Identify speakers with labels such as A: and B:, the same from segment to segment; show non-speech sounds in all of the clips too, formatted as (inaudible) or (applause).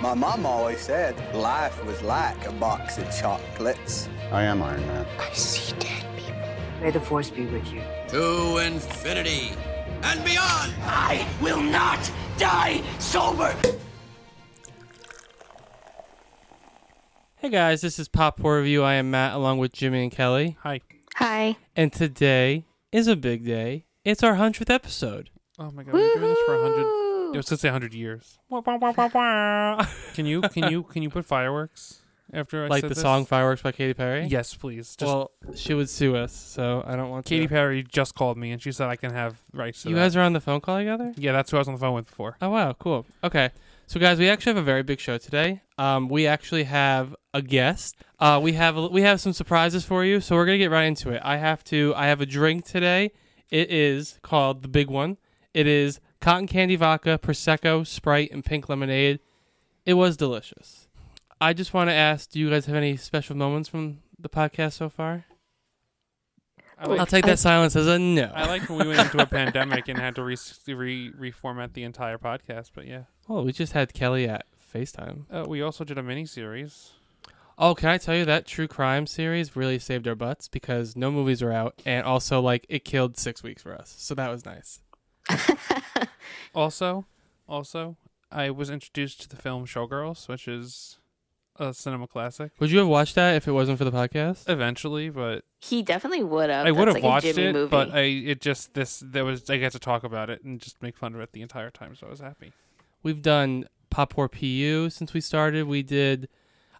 A: My mom always said life was like a box of chocolates.
B: I am Iron Man.
C: I see dead people.
D: May the force be with you.
E: To infinity and beyond!
F: I will not die sober!
G: Hey guys, this is Pop Horror Review. I am Matt along with Jimmy and Kelly.
H: Hi.
C: Hi.
G: And today is a big day. It's our 100th episode.
H: Oh my god, we've been doing this for a hundred.
C: Woohoo!
H: It was gonna say hundred years.
G: Wah, wah, wah, wah, wah.
H: Can you can you can you put fireworks after
G: (laughs)
H: I
G: like the
H: said this?
G: song Fireworks by Katy Perry?
H: Yes, please. Just
G: Well, she would sue us, so I don't want
H: Katy
G: to.
H: Perry just called me and she said I can have rights. To
G: You
H: that.
G: guys are on the phone call together?
H: Yeah, that's who I was on the phone with before.
G: Oh wow, cool. Okay, so guys, we actually have a very big show today. Um, we actually have a guest. Uh, we have we have some surprises for you, so we're gonna get right into it. I have to. I have a drink today. It is called the big one. It is cotton candy vodka, prosecco, Sprite, and pink lemonade. It was delicious. I just want to ask: Do you guys have any special moments from the podcast so far?
H: I like,
G: I'll take that silence as a no.
H: I like when we went into a pandemic and had to re- re- reformat the entire podcast. But yeah,
G: well, Oh, we just had Kelly at FaceTime.
H: uh, we also did a mini series.
G: Oh, can I tell you that true crime series really saved our butts because no movies were out, and also like it killed six weeks for us, so that was nice.
H: Also, also, I was introduced to the film Showgirls, which is a cinema classic.
G: Would you have watched that if it wasn't for the podcast?
H: Uh, Eventually, but
C: (laughs) He definitely would have.
H: I would have
C: Oh, like
H: watched
C: a Jimmy
H: it,
C: movie.
H: but I it just this there was I got to talk about it and just make fun of it the entire time, so I was happy.
G: We've done Pop War PU since we started. We did.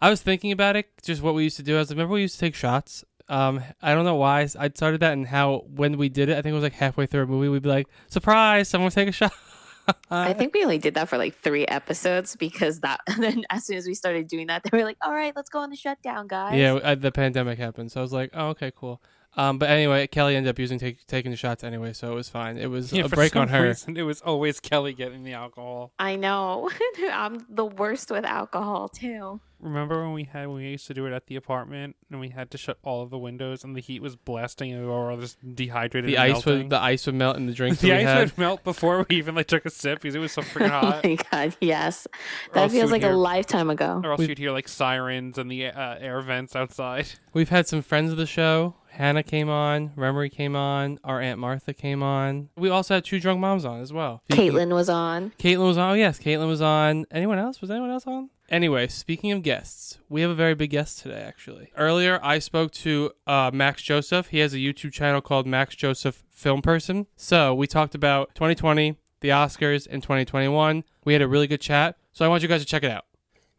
G: I was thinking about it, just what we used to do. I was like, remember we used to take shots. Um, I don't know why s- I started that and how when we did it, I think it was like halfway through a movie, we'd be like, surprise, someone take a shot. (laughs)
C: I think we only did that for like three episodes because that. (laughs) And then as soon as we started doing that, they were like, "All right, let's go on the shutdown, guys."
G: Yeah, I, the pandemic happened, so I was like, "Oh, okay, cool." Um, but anyway, Kelly ended up using take, taking the shots anyway, so it was fine. It
H: (laughs)
G: was a
H: for
G: break
H: some
G: on her.
H: reason, it was always Kelly getting the alcohol.
C: I know. (laughs) I'm the worst with alcohol too.
H: Remember when we had when we used to do it at the apartment and we had to shut all of the windows and the heat was blasting and we were all just dehydrated.
G: The
H: and
G: ice
H: melting?
G: would the ice would melt in the
H: (laughs)
G: drinks.
H: The
G: that we
H: ice
G: had.
H: would melt before we even like took a sip because it was so
C: (laughs)
H: freaking
C: Oh
H: hot.
C: my god, yes,
H: Uh, Or
C: that
H: else
C: feels
H: you'd
C: like
H: hear-
C: a lifetime ago.
H: Or else
G: We-
H: you'd hear like sirens and the uh, air vents outside.
G: We've had some friends of the show. Hannah came on, Remory came on, our aunt Martha came on. We also had two drunk moms on as well.
C: Caitlin was on.
G: Caitlin was on. Oh yes, Caitlin was on. Anyone else? Was anyone else on? Anyway, speaking of guests, we have a very big guest today. Actually, earlier I spoke to uh, Max Joseph. He has a YouTube channel called Max Joseph Film Person. So we talked about 2020, the Oscars, and 2021. We had a really good chat. So I want you guys to check it out.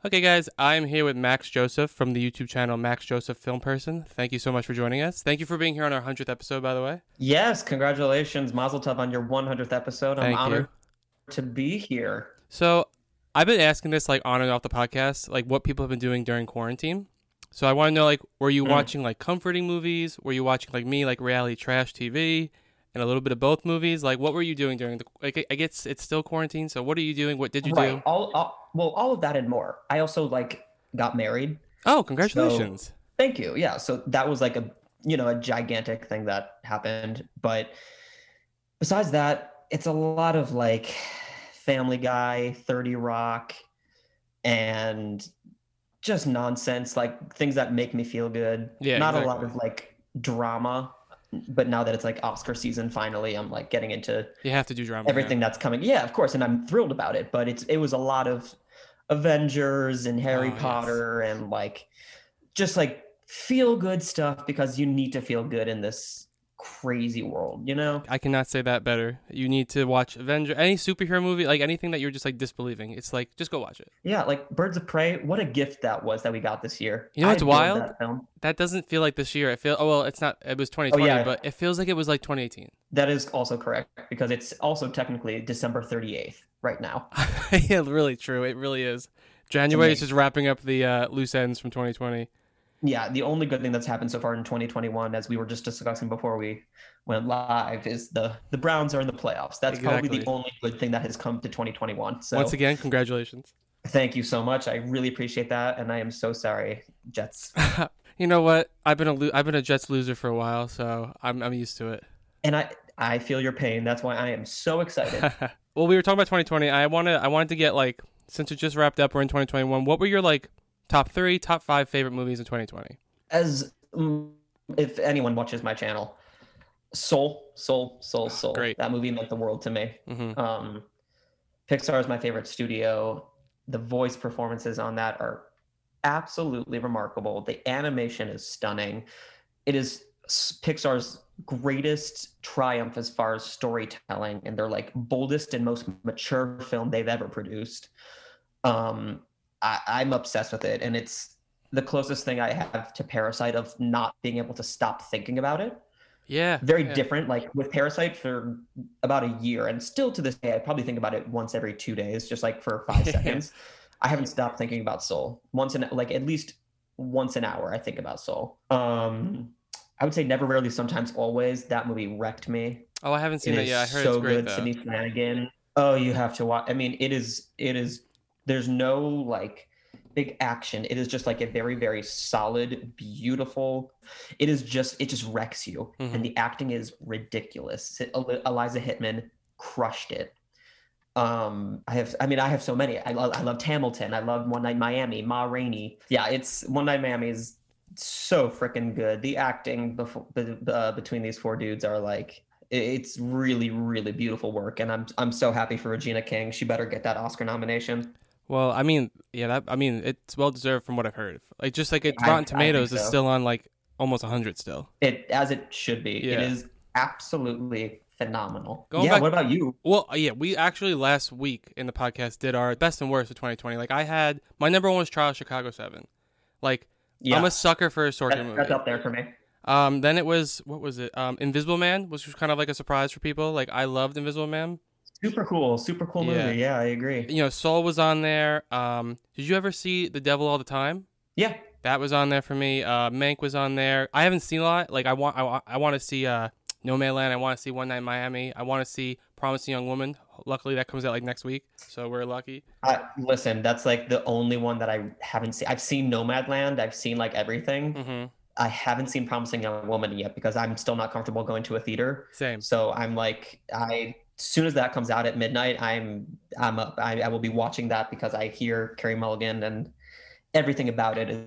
G: Okay, guys, I'm here with Max Joseph from the YouTube channel Max Joseph Film Person. Thank you so much for joining us. Thank you for being here on our hundredth episode, by the way.
I: Yes, congratulations, Mazel Tov, on your 100th episode. I'm
G: Thank you.
I: honored to be here.
G: So I've been asking this like on and off the podcast, like what people have been doing during quarantine. So I want to know like were
I: Mm.
G: you watching like comforting movies? Were you watching like me like reality trash TV and a little bit of both movies? Like what were you doing during the like I guess it's still quarantine, so what are you doing? What did you
I: right.
G: do?
I: All, all well, all of that and more. I also like got married.
G: Oh, congratulations.
I: Thank you. Yeah. So that was like a you know a gigantic thing that happened. But besides that, it's a lot of like Family Guy, Thirty Rock, and just nonsense like things that make me feel good.
G: Yeah,
I: Not a lot
G: exactly.
I: of like drama. But now that it's like Oscar season, finally, I'm like getting into
G: you have to do drama. now.
I: everything that's coming. Yeah, of course, and I'm thrilled about it. But it's it was a lot of Avengers and Harry
G: Oh, yes.
I: Potter and like just like feel good stuff because you need to feel good in this crazy world, you know?
G: I cannot say that better. You need to watch Avenger, any superhero movie, like anything that you're just like disbelieving. It's like just go watch it.
I: Yeah, like Birds of Prey. What a gift that was that we got this year.
G: You know
I: I
G: what's
I: adored
G: wild?
I: That, film.
G: That doesn't feel like this year. It feel oh well, it's not. It was 2020,
I: Oh, yeah.
G: but it feels like it was like 2018.
I: that is also correct because it's also technically December 38th right now.
G: (laughs) yeah, really true. It really is. January is just wrapping up the uh, loose ends from 2020.
I: Yeah, the only good thing that's happened so far in 2021, as we were just discussing before we went live, is the the Browns are in the playoffs. That's probably the
G: Exactly.
I: only good thing that has come to 2021. So
G: Once again, congratulations. (laughs)
I: thank you so much. I really appreciate that, and I am so sorry, Jets.
G: You know what? I've been a lo- I've been a Jets loser for a while, so I'm I'm used to it. (laughs)
I: and I I feel your pain. That's why I am so excited.
G: (laughs) well, we were talking about 2020. I wanna I wanted to get like since it just wrapped up, we're in 2021. What were your like top three, top five favorite movies in 2020?
I: As mm, if anyone watches my channel, Soul, Soul, Soul, Soul.
G: great.
I: That movie meant the world to me.
G: Mm-hmm.
I: Um, Pixar is my favorite studio. The voice performances on that are absolutely remarkable. The animation is stunning. It is s- Pixar's greatest triumph as far as storytelling and their like boldest and most mature film they've ever produced. Um, I, I'm obsessed with it, and it's the closest thing I have to Parasite of not being able to stop thinking about it
G: Yeah,
I: very
G: yeah.
I: different. Like with Parasite for about a year, and still to this day, I probably think about it once every two days, just like for
G: (laughs)
I: five
G: Yeah.
I: seconds. I haven't stopped thinking about Soul once in like at least once an hour. I think about Soul. Um, I would say never, rarely, sometimes, always. That movie wrecked me.
G: Oh, I haven't seen
I: It
G: that
I: is
G: yet. I heard
I: so
G: it's great
I: good,
G: though.
I: Sydney Flanagan. Oh, you have to watch. I mean, it is. It is. There's no like big action. It is just like a very, very solid, beautiful. It is just. It just wrecks you,
G: Mhm.
I: and the acting is ridiculous. It- Eli- Eliza Hittman crushed it. Um, I have. I mean, I have so many. I love. I loved Hamilton. I loved One Night in Miami. Ma Rainey. Yeah, it's One Night in Miami is so freaking good. The acting before, uh, between these four dudes are like i- it's really really beautiful work and I'm I'm so happy for Regina King. She better get that Oscar nomination.
G: Well, I mean, yeah, that, I mean, it's well deserved from what I've heard. Like, just like it,
I: I- I
G: Rotten
I: think
G: Tomatoes is
I: so.
G: still on like almost hundred still.
I: It as it should be.
G: Yeah.
I: It is absolutely phenomenal.
G: Going
I: yeah,
G: back-
I: what about you?
G: Well, uh, yeah, we actually last week in the podcast did our best and worst of 2020. Like, I had my number one was Trial of Chicago Seven. Like,
I: Yeah.
G: I'm a sucker for a Sorkin
I: that's,
G: movie.
I: that's up there for me.
G: Um, then it was what was it? Um, Invisible Man, which was kind of like a surprise for people. Like, I loved Invisible Man.
I: Super cool, super cool
G: Yeah.
I: movie. Yeah, I agree.
G: You know, Soul was on there. Um, did you ever see The Devil All the Time?
I: Yeah.
G: That was on there for me. Uh, Mank was on there. I haven't seen a lot. Like I want, I, wa- I want to see uh, No Man Land. I want to see One Night in Miami. I want to see Promising Young Woman. Luckily, that comes out like next week, so we're lucky.
I: I, listen, that's like the only one that I haven't seen. I've seen Nomadland. I've seen like everything.
G: hmm
I: I haven't seen Promising Young Woman yet because I'm still not comfortable going to a theater.
G: Same.
I: So I'm like, I as soon as that comes out at midnight, I'm I'm up. I, I will be watching that because I hear Carrie Mulligan and everything about it is,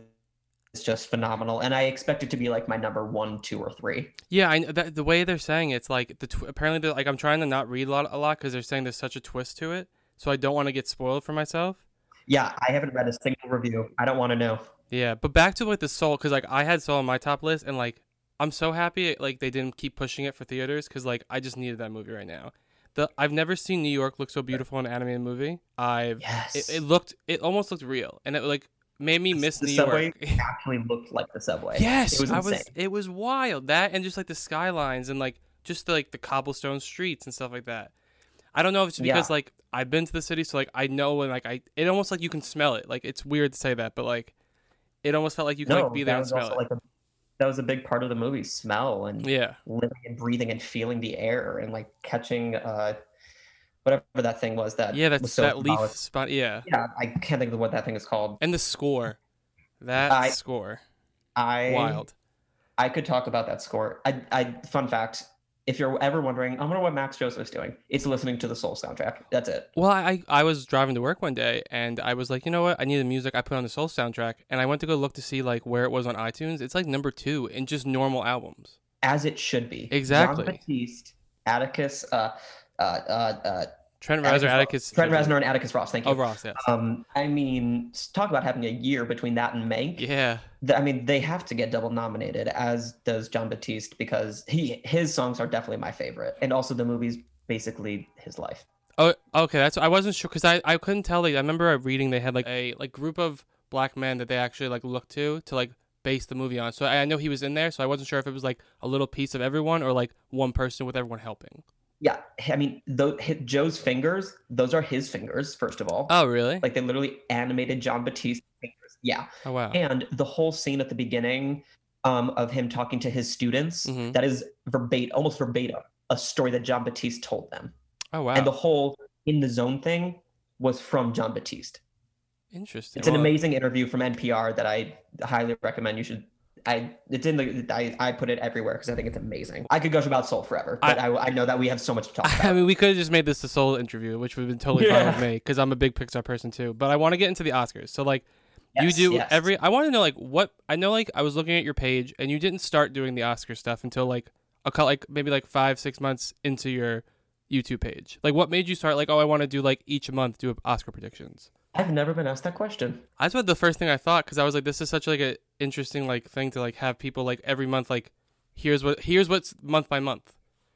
I: is just phenomenal. And I expect it to be like my number one, two, or three.
G: Yeah, I, that, the way they're saying it's like the tw- apparently they're, like I'm trying to not read a lot a lot because they're saying there's such a twist to it, so I don't want to get spoiled for myself.
I: Yeah, I haven't read a single review. I don't want to know.
G: Yeah, but back to like the Soul because like I had Soul on my top list and like I'm so happy like they didn't keep pushing it for theaters because like I just needed that movie right now. The I've never seen New York look so beautiful in an animated movie. I've
I: Yes,
G: it, it looked it almost looked real and it like made me miss
I: the
G: New
I: subway
G: (laughs) York.
I: actually looked like the subway.
G: yes,
I: it was
G: I
I: insane.
G: was it was wild that and just like the skylines and like just the, like the cobblestone streets and stuff like that. I don't know if it's because
I: Yeah.
G: like I've been to the city so like I know and like I it almost like you can smell it. Like it's weird to say that, but like it almost felt like you could
I: no,
G: like be
I: that
G: there and
I: was
G: smell
I: also
G: it.
I: like a, that was a big part of the movie. Smell and
G: Yeah.
I: living and breathing and feeling the air and like catching uh whatever that thing was that
G: Yeah,
I: was
G: that's
I: so
G: that leaf
I: symbolic.
G: spot. Yeah.
I: yeah i can't think of what that thing is called
G: And the score. That
I: I-
G: score.
I: i
G: Wild.
I: i could talk about that score i i fun fact if you're ever wondering i wonder what max joseph's doing it's listening to the soul soundtrack that's it
G: Well, I I was driving to work one day and I was like, you know what? I needed music. I put on the Soul soundtrack and I went to go look to see like where it was on iTunes. It's like number 2 in just normal albums.
I: as it should be
G: Exactly.
I: John Batiste, atticus uh uh uh, uh
G: Trent Reznor, Atticus
I: Trent Reznor and Atticus Ross. Thank you.
G: Oh, Ross, yes.
I: Um, I mean, s- talk about having a year between that and Mank.
G: yeah.
I: th- I mean, they have to get double nominated, as does John Batiste, because he his songs are definitely my favorite, and also the movie's basically his life.
G: Oh, okay. That's I wasn't sure because I, I couldn't tell. Like I remember reading they had like a like group of black men that they actually like looked to to like base the movie on. So I, I know he was in there. So I wasn't sure if it was like a little piece of everyone or like one person with everyone helping.
I: Yeah, I mean, tho- hi Joe's fingers; those are his fingers, first of all.
G: Oh, really?
I: Like they literally animated John Batiste's fingers. Yeah,
G: oh, wow.
I: and the whole scene at the beginning um, of him talking to his students
G: Mhm.
I: that is verbatim, almost verbatim, a story that John Batiste told them,
G: oh, wow.
I: and the whole in the zone thing was from John Batiste.
G: Interesting.
I: It's an
G: Well,
I: amazing interview from NPR that I highly recommend. You should I it's in the I, I put it everywhere because I think it's amazing. I could gush about Soul forever, but I, I, know that we have so much to talk
G: (laughs)
I: about.
G: I mean, we could have just made this the solo interview, which would have been totally
I: Yeah.
G: fine with me because I'm a big Pixar person too. But I want to get into the Oscars. So like,
I: Yes,
G: you do
I: yes.
G: every. I want to know like what I know. Like I was looking at your page, and you didn't start doing the Oscar stuff until like a cou- like maybe like five six months into your YouTube page. Like what made you start? Like oh, I want to do like each month do Oscar predictions.
I: I've never been asked that question.
G: That's what the first thing I thought because I was like, this is such like a interesting like thing to like have people like every month like here's what here's what's month by month,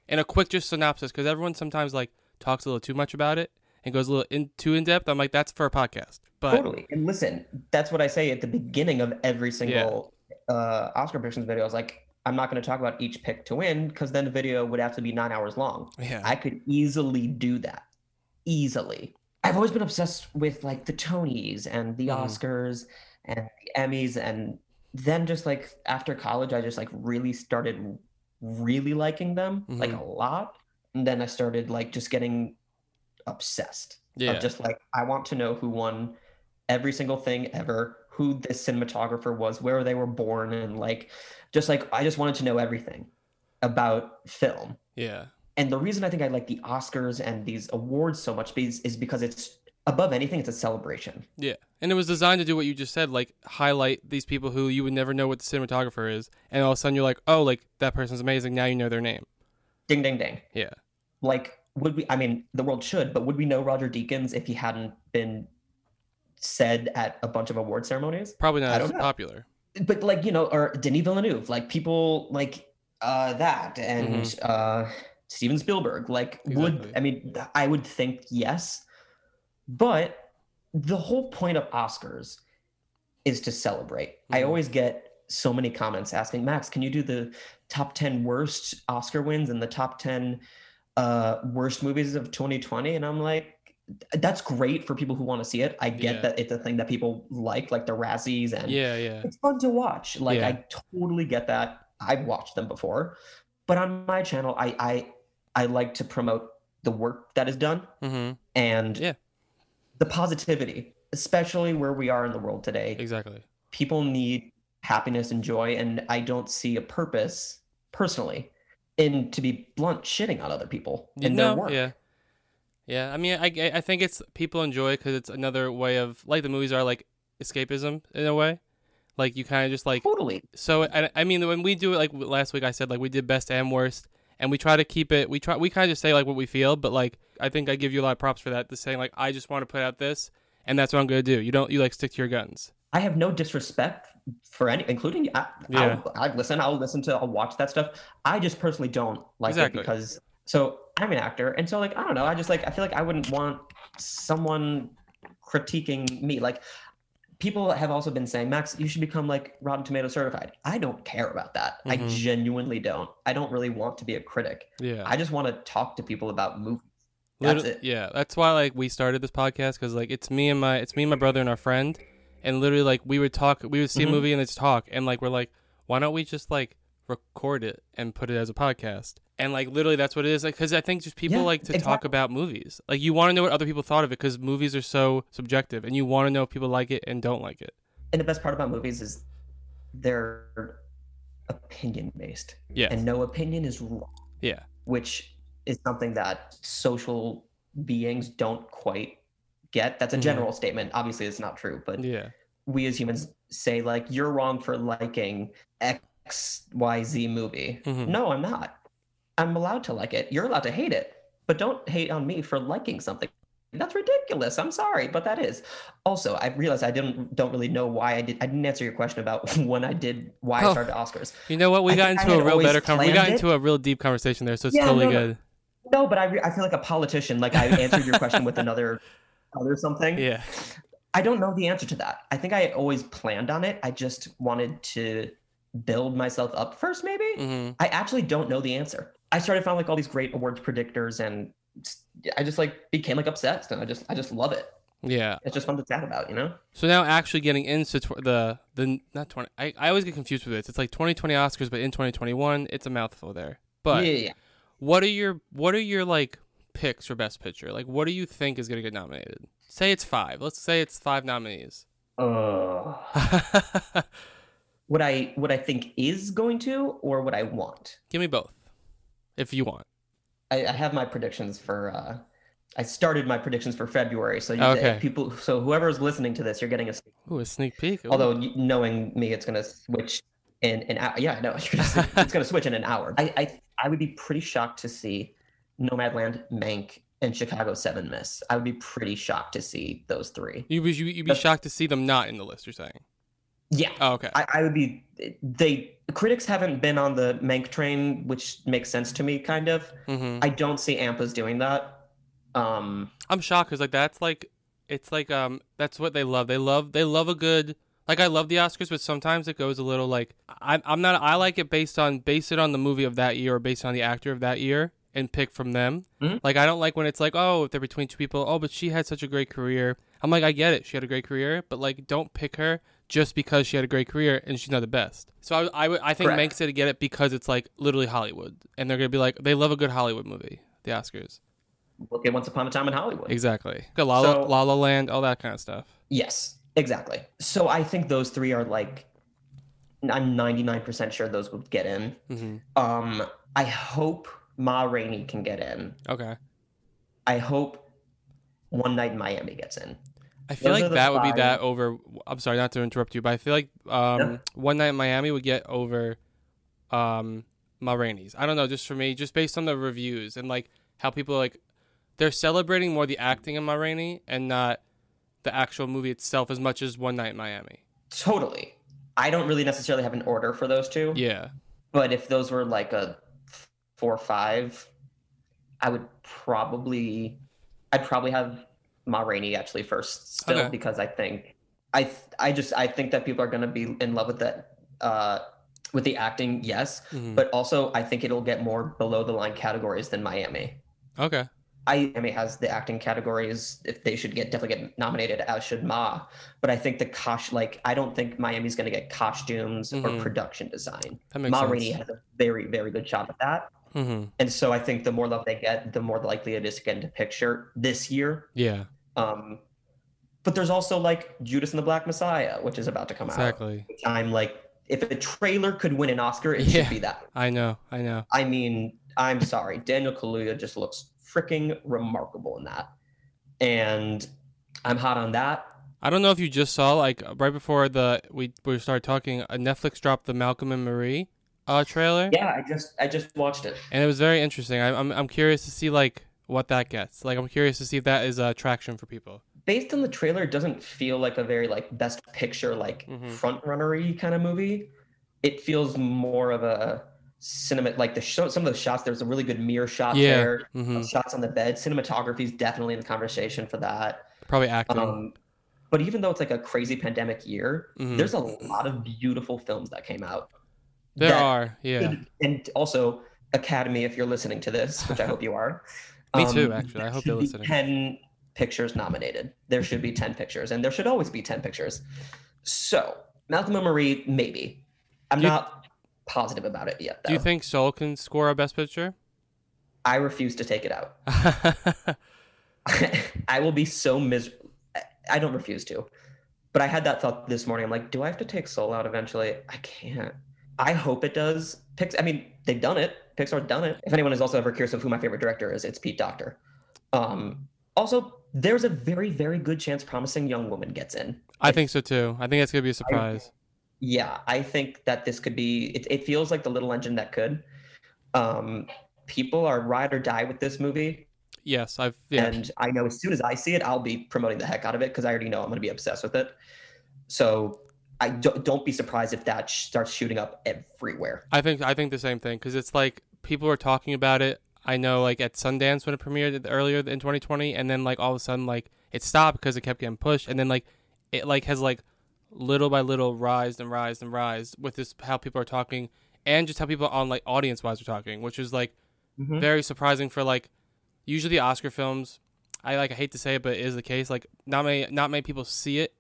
G: and a quick just synopsis because everyone sometimes like talks a little too much about it and goes a little in, too in depth. I'm like, that's for a podcast, but
I: Totally. And listen, that's what I say at the beginning of every single uh, Oscar predictions video. I was like, I'm not going to talk about each pick to win because then the video would have to be nine hours long.
G: yeah,
I: I could easily do that. Easily. I've always been obsessed with like the Tonys and the
G: Mhm.
I: Oscars and the Emmys. And then just like after college, I just like really started really liking them like
G: Mhm.
I: a lot. And then I started like just getting obsessed.
G: yeah,
I: Of just like, I want to know who won every single thing ever, who this cinematographer was, where they were born. And like, just like, I just wanted to know everything about film
G: yeah,
I: and the reason I think I like the Oscars and these awards so much is, is because it's above anything, it's a celebration.
G: yeah. And it was designed to do what you just said, like highlight these people who you would never know what the cinematographer is, and all of a sudden you're like, oh, like that person's amazing. Now you know their name.
I: Ding, ding, ding.
G: Yeah.
I: Like, would we? I mean, the world should, but would we know Roger Deakins if he hadn't been said at a bunch of award ceremonies?
G: Probably
I: I
G: not as
I: don't know.
G: popular.
I: But like, you know, or Denis Villeneuve, like people like uh, that, and uh, Steven Spielberg. Like, would
G: Mm-hmm. Exactly.
I: I mean? th- I would think yes, but the whole point of Oscars is to celebrate. I
G: Mhm.
I: always get so many comments asking, Max, can you do the top 10 worst Oscar wins and the top 10 uh, worst movies of 2020? And I'm like, that's great for people who want to see it. I get
G: Yeah.
I: that it's a thing that people like, like the Razzies, and
G: Yeah, yeah.
I: it's fun to watch. Like,
G: Yeah.
I: I totally get that. I've watched them before, but on my channel, I, I, I like to promote the work that is done
G: Mm-hmm.
I: and
G: Yeah.
I: the positivity, especially where we are in the world today.
G: Exactly.
I: People need happiness and joy, and I don't see a purpose personally in, to be blunt, shitting on other people
G: You
I: in
G: know,
I: their work.
G: Yeah, yeah. I mean, I I- I think it's people enjoy because it's another way of like the movies are like escapism in a way. Like you kind of just like
I: Totally.
G: so. I, I mean, when we do it like w- last week, I said like we did best and worst, and we try to keep it. We try we kind of just say like what we feel, but like I think I give you a lot of props for that. To saying like I just want to put out this, and that's what I'm gonna do. You don't you like stick to your guns.
I: I have no disrespect for any, including I,
G: Yeah.
I: I'll, I listen. I'll listen to. I'll watch that stuff. I just personally don't like
G: Exactly.
I: it because so I'm an actor, and so like I don't know. I just like I feel like I wouldn't want someone critiquing me. Like people have also been saying, Max, you should become like Rotten Tomato certified. I don't care about that. I
G: Mhm.
I: genuinely don't. I don't really want to be a critic.
G: Yeah.
I: I just want to talk to people about movies. That's
G: Literally-
I: it.
G: Yeah, that's why like we started this podcast because like it's me and my it's me and my brother and our friend, and literally like we would talk, we would see
I: Mhm.
G: a movie and it's talk, and like we're like, why don't we just like record it and put it as a podcast? And like literally that's what it is, like because I think just people
I: Yeah,
G: like to talk
I: exactly.
G: about movies, like you want to know what other people thought of it because movies are so subjective, and you want to know if people like it and don't like it.
I: And the best part about movies is they're opinion based,
G: Yeah,
I: and no opinion is wrong.
G: yeah,
I: which is something that social beings don't quite get. That's a
G: Mhm.
I: general statement. Obviously, it's not true, but
G: yeah,
I: we as humans say, like, you're wrong for liking XYZ movie.
G: Mhm.
I: No, I'm not. I'm allowed to like it. You're allowed to hate it, but don't hate on me for liking something. That's ridiculous. I'm sorry, but that is. Also, I realized I didn't don't really know why I did I didn't answer your question about (laughs) when I did why
G: Oh.
I: I started Oscars.
G: You know what? We
I: I
G: got
I: think I
G: into a
I: had
G: real
I: always
G: better con- we got
I: planned it.
G: into a real deep conversation there, so it's
I: Yeah,
G: totally
I: no, no.
G: good.
I: No, but I, re- I feel like a politician. Like I answered your question with
G: (laughs)
I: another, other something.
G: Yeah,
I: I don't know the answer to that. I think I always planned on it. I just wanted to build myself up first, maybe.
G: hmm
I: I actually don't know the answer. I started finding like all these great awards predictors, and s- I just like became like obsessed, and I just I just love it.
G: yeah.
I: It's just fun to chat about, you know.
G: So now, actually getting into tw- the the not twenty, I, I always get confused with this. It's like twenty twenty Oscars, but in twenty twenty one, it's a mouthful there. But
I: yeah, yeah, yeah.
G: what are your what are your like picks for Best Picture? Like, what do you think is gonna get nominated? Say it's five. Let's say it's five nominees.
I: Ugh.
G: yeah,
I: what I what I think is going to or what I want.
G: (laughs) Give me both, if you want.
I: I, I have my predictions for. Uh, I started my predictions for February, so you,
G: Okay.
I: people, so whoever's listening to this, you're getting a.
G: Ooh, a sneak peek. Ooh.
I: Although y- knowing me, it's gonna switch in an hour. Yeah, I know (laughs) you're gonna see- it's gonna switch in an hour. I, I I would be pretty shocked to see Nomadland, Mank, and Chicago Seven miss. I would be pretty shocked to see those three.
G: you would you, you'd be
I: That's-
G: shocked to see them not in the list. You're saying?
I: Yeah,
G: Oh, okay.
I: I, I would be. They critics haven't been on the Mank train, which makes sense to me, kind of.
G: hmm
I: I don't see Ampa's doing that. Um,
G: I'm shocked because like that's like it's like um that's what they love. They love they love a good like I love the Oscars, but sometimes it goes a little like I, I'm not I like it based on base it on the movie of that year or based on the actor of that year and pick from them.
I: Mhm.
G: Like I don't like when it's like oh if they're between two people oh but she had such a great career. I'm like I get it she had a great career, but like don't pick her just because she had a great career and she's not the best. So I I, would- I think
I: Correct.
G: Mank said to get it because it's like literally Hollywood and they're gonna be like they love a good Hollywood movie. The Oscars.
I: look at Once Upon a Time in Hollywood.
G: Exactly. Got La La,
I: So-
G: La La Land, all that kind of stuff.
I: Yes, exactly. So I think those three are like, I'm 99% sure those would get in.
G: hmm
I: Um, I hope Ma Rainey can get in.
G: Okay.
I: I hope One Night in Miami gets in.
G: I feel
I: Those are
G: like
I: the
G: that would be
I: five.
G: that over. I'm sorry not to interrupt you, but I feel like um, One Night in Miami would get over um, Ma Rainey's. I don't know, just for me, just based on the reviews and like how people like they're celebrating more the acting in Ma Rainey and not the actual movie itself as much as One Night in Miami.
I: Totally. I don't really necessarily have an order for those two,
G: Yeah.
I: but if those were like a four or five, I would probably, I'd probably have Ma Rainey actually first still
G: Okay.
I: because I think, I th- I just I think that people are gonna be in love with that, uh, with the acting, yes,
G: Mhm.
I: but also I think it'll get more below the line categories than Miami.
G: Okay.
I: I Miami has the acting categories. If they should get definitely get nominated, as should Ma. But I think the cosh like I don't think Miami's going to get costumes
G: Mhm.
I: or production design.
G: That makes
I: Ma
G: sense.
I: Rainey has a very very good shot at that,
G: hmm
I: and so I think the more love they get, the more likely it is to get into picture this year.
G: Yeah.
I: Um, but there's also like Judas and the Black Messiah, which is about to come out.
G: Exactly.
I: Which I'm like, if a trailer could win an Oscar, it
G: Yeah.
I: should be that.
G: I know. I know.
I: I mean, I'm sorry, Daniel Kaluuya just looks freaking remarkable in that, and I'm hot on that.
G: I don't know if you just saw like right before the we we started talking, uh, Netflix dropped the Malcolm and Marie uh, trailer,
I: Yeah, I just I just watched it.
G: and it was very interesting. I, I'm I'm curious to see like what that gets. Like I'm curious to see if that is uh, traction for people.
I: Based on the trailer, it doesn't feel like a very like best picture like
G: Mhm.
I: front runnery kind of movie. It feels more of a cinema like the show, some of the shots. There's a really good mirror shot
G: Yeah.
I: there.
G: hmm
I: Shots on the bed. Cinematography is definitely in the conversation for that.
G: Probably acting.
I: Um, but even though it's like a crazy pandemic year,
G: Mhm.
I: there's a lot of beautiful films that came out.
G: there
I: that
G: are, yeah.
I: could- and also Academy, if you're listening to this, which I hope you are.
G: (laughs)
I: Um,
G: Me too, actually. I
I: there
G: hope
I: should
G: they're
I: be
G: listening.
I: Ten pictures nominated. There should be ten pictures, and there should always be ten pictures. So Malcolm and Marie, maybe. I'm
G: Do you-
I: not positive about it yet. Though.
G: Do you think Soul can score a Best Picture? (laughs)
I: I refuse to take it out.
G: yeah,
I: (laughs) I will be so miserable. I don't refuse to, but I had that thought this morning. I'm like, do I have to take Soul out eventually? I can't. I hope it does. Pix. I mean, they've done it. Pixar's done it. If anyone is also ever curious of who my favorite director is, it's Pete Doctor. Um, also, there's a very, very good chance promising young woman gets in.
G: I think so too. I think that's gonna be a surprise.
I: Yeah, I think that this could be. It, it feels like the little engine that could. Um, people are ride or die with this movie.
G: Yes, I've yeah.
I: And I know as soon as I see it, I'll be promoting the heck out of it because I already know I'm going to be obsessed with it. So I don't, don't be surprised if that sh- starts shooting up everywhere.
G: I think I think the same thing because it's like people were talking about it. I know like at Sundance when it premiered at- earlier in 2020, and then like all of a sudden like it stopped because it kept getting pushed, and then like it like has like little by little rise and rise and rise with this how people are talking and just how people on like audience wise are talking, which is like
I: Mhm.
G: very surprising for like usually Oscar films. I like I hate to say it, but it is the case. Like not many not many people see it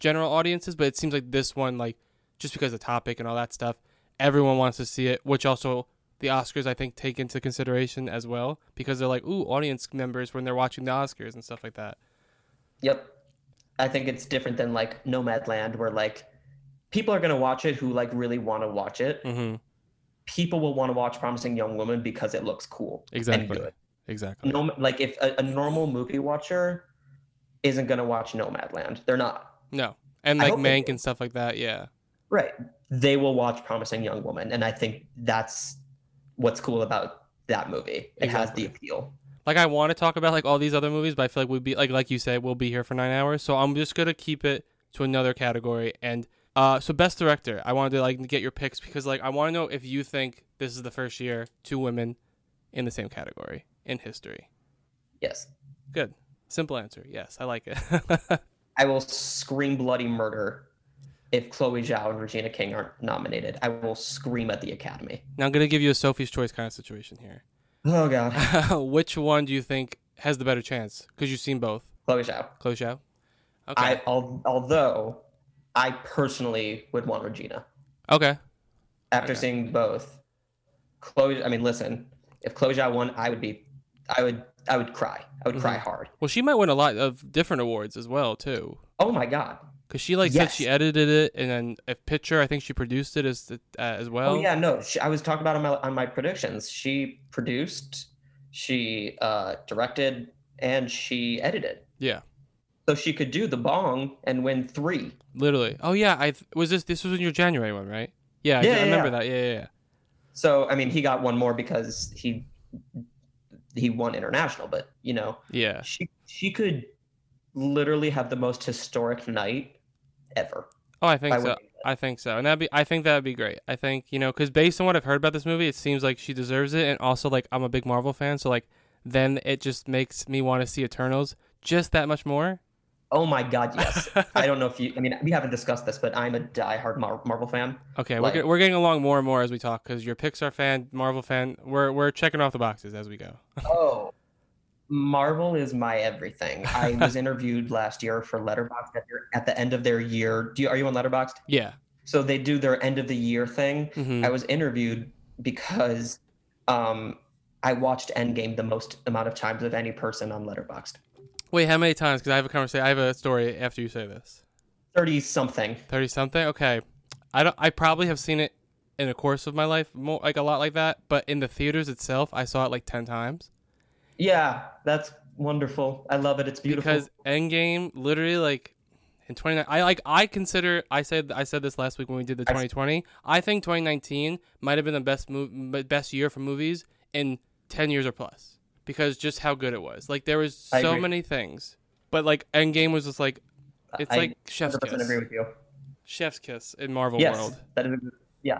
G: general audiences, but it seems like this one, like just because of the topic and all that stuff, everyone wants to see it, which also the Oscars I think take into consideration as well because they're like, ooh, audience members when they're watching the Oscars and stuff like that.
I: Yep. I think it's different than like Nomadland, where like people are going to watch it who like really want to watch it.
G: Mm-hmm.
I: People will want to watch Promising Young Woman because it looks cool.
G: Exactly.
I: good.
G: Exactly.
I: No, like if a, a normal movie watcher isn't going to watch Nomadland, they're not.
G: No. And
I: I
G: like
I: hope they
G: Mank
I: do.
G: and stuff like that. Yeah.
I: Right. They will watch Promising Young Woman, and I think that's what's cool about that movie. It has
G: Exactly.
I: the appeal.
G: Like I want to talk about like all these other movies, but I feel like we'd be like like you said, we'll be here for nine hours. So I'm just gonna keep it to another category. And uh, so best director, I wanted to like get your picks because like I want to know if you think this is the first year two women in the same category in history.
I: Yes.
G: Good, simple answer. Yes, I like it. (laughs)
I: I will scream bloody murder if Chloe Zhao and Regina King aren't nominated. I will scream at the Academy.
G: now I'm gonna give you a Sophie's choice kind of situation here. (laughs)
I: Oh god,
G: Which one do you think has the better chance? Because you've seen both.
I: Chloe Zhao.
G: Close out. Okay.
I: I al- although I personally would want Regina
G: okay.
I: after
G: Okay.
I: seeing both. Chloe, I mean, listen, if Chloe Zhao won, I would be, I would, I would cry. I would cry hard.
G: Well, she might win a lot of different awards as well too.
I: Oh my god.
G: Cause she like said
I: Yes.
G: she edited it, and then a picture. I think she produced it as the, uh, as well.
I: Oh yeah, no. She, I was talking about on my on my predictions. She produced, she uh, directed, and she edited.
G: Yeah.
I: So she could do the bong and win three.
G: literally. Oh yeah, I th- was this. This was in your January one, right? Yeah, I
I: Yeah,
G: do- I,
I: yeah,
G: remember
I: yeah.
G: that. Yeah, yeah, yeah.
I: So I mean, he got one more because he he won international, but you know,
G: yeah.
I: she she could literally have the most historic night ever.
G: Oh, I think
I: by
G: so.
I: winning that.
G: I think so, and that'd be. I think that'd be great. I think you know, because based on what I've heard about this movie, it seems like she deserves it, and also like I'm a big Marvel fan, so like then it just makes me want to see Eternals just that much more.
I: Oh my god,
G: (laughs)
I: yes. I don't know if you. I mean, we haven't discussed this, but I'm a diehard Mar- Marvel fan.
G: Okay,
I: Like-
G: we're, get- we're getting along more and more as we talk because you're a Pixar fan, Marvel fan. We're we're checking off the boxes as we go.
I: Oh, Marvel is my everything. I
G: (laughs)
I: was interviewed last year for Letterboxd at, their, at the end of their year. Do you, are you on Letterboxd?
G: Yeah.
I: So they do their end of the year thing.
G: hmm
I: I was interviewed because um, I watched Endgame the most amount of times of any person on Letterboxd.
G: Wait, how many times? Because I have a conversation. I have a story after you say this.
I: 30 something.
G: Thirty something. Okay. I don't. I probably have seen it in the course of my life, more like a lot like that. But in the theaters itself, I saw it like ten times
I: Yeah, that's wonderful. I love it. It's beautiful.
G: because Endgame literally like. In 29 I like I consider I said I said this last week when we did the 2020. I think 2019 might have been the best move best year for movies in 10 years or plus because just how good it was. Like there was
I: I
G: so
I: agree.
G: many things. But like Endgame was just like it's
I: I
G: like chef's
I: 100%
G: kiss.
I: agree with you.
G: Chef's kiss in Marvel
I: yes,
G: world.
I: that is. a- Yeah,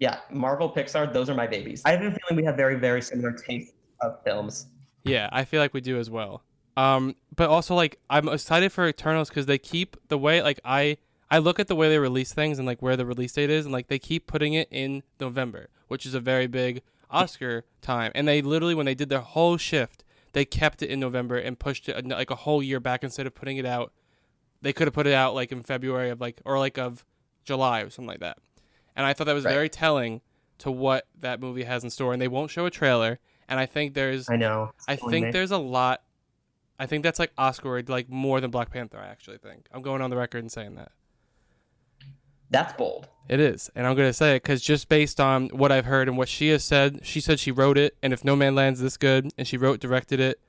I: yeah. Marvel, Pixar, those are my babies. I have a feeling we have very, very similar tastes of films.
G: Yeah, I feel like we do as well. Um, but also like I'm excited for Eternals because they keep the way like I I look at the way they release things and like where the release date is and like they keep putting it in November, which is a very big Oscar time. And they literally when they did their whole shift, they kept it in November and pushed it an- like a whole year back instead of putting it out. They could have put it out like in February of like or like of July or something like that. And I thought that was
I: Right.
G: very telling to what that movie has in store. And they won't show a trailer. And I think there's
I: I know.
G: I
I: Killing
G: think
I: me.
G: there's a lot. I think that's like Oscar like more than Black Panther. I actually think I'm going on the record and saying that
I: that's bold.
G: it is, and I'm gonna say it because just based on what I've heard and what she has said, she said she wrote it, and if No Man Land's this good, and she wrote directed it,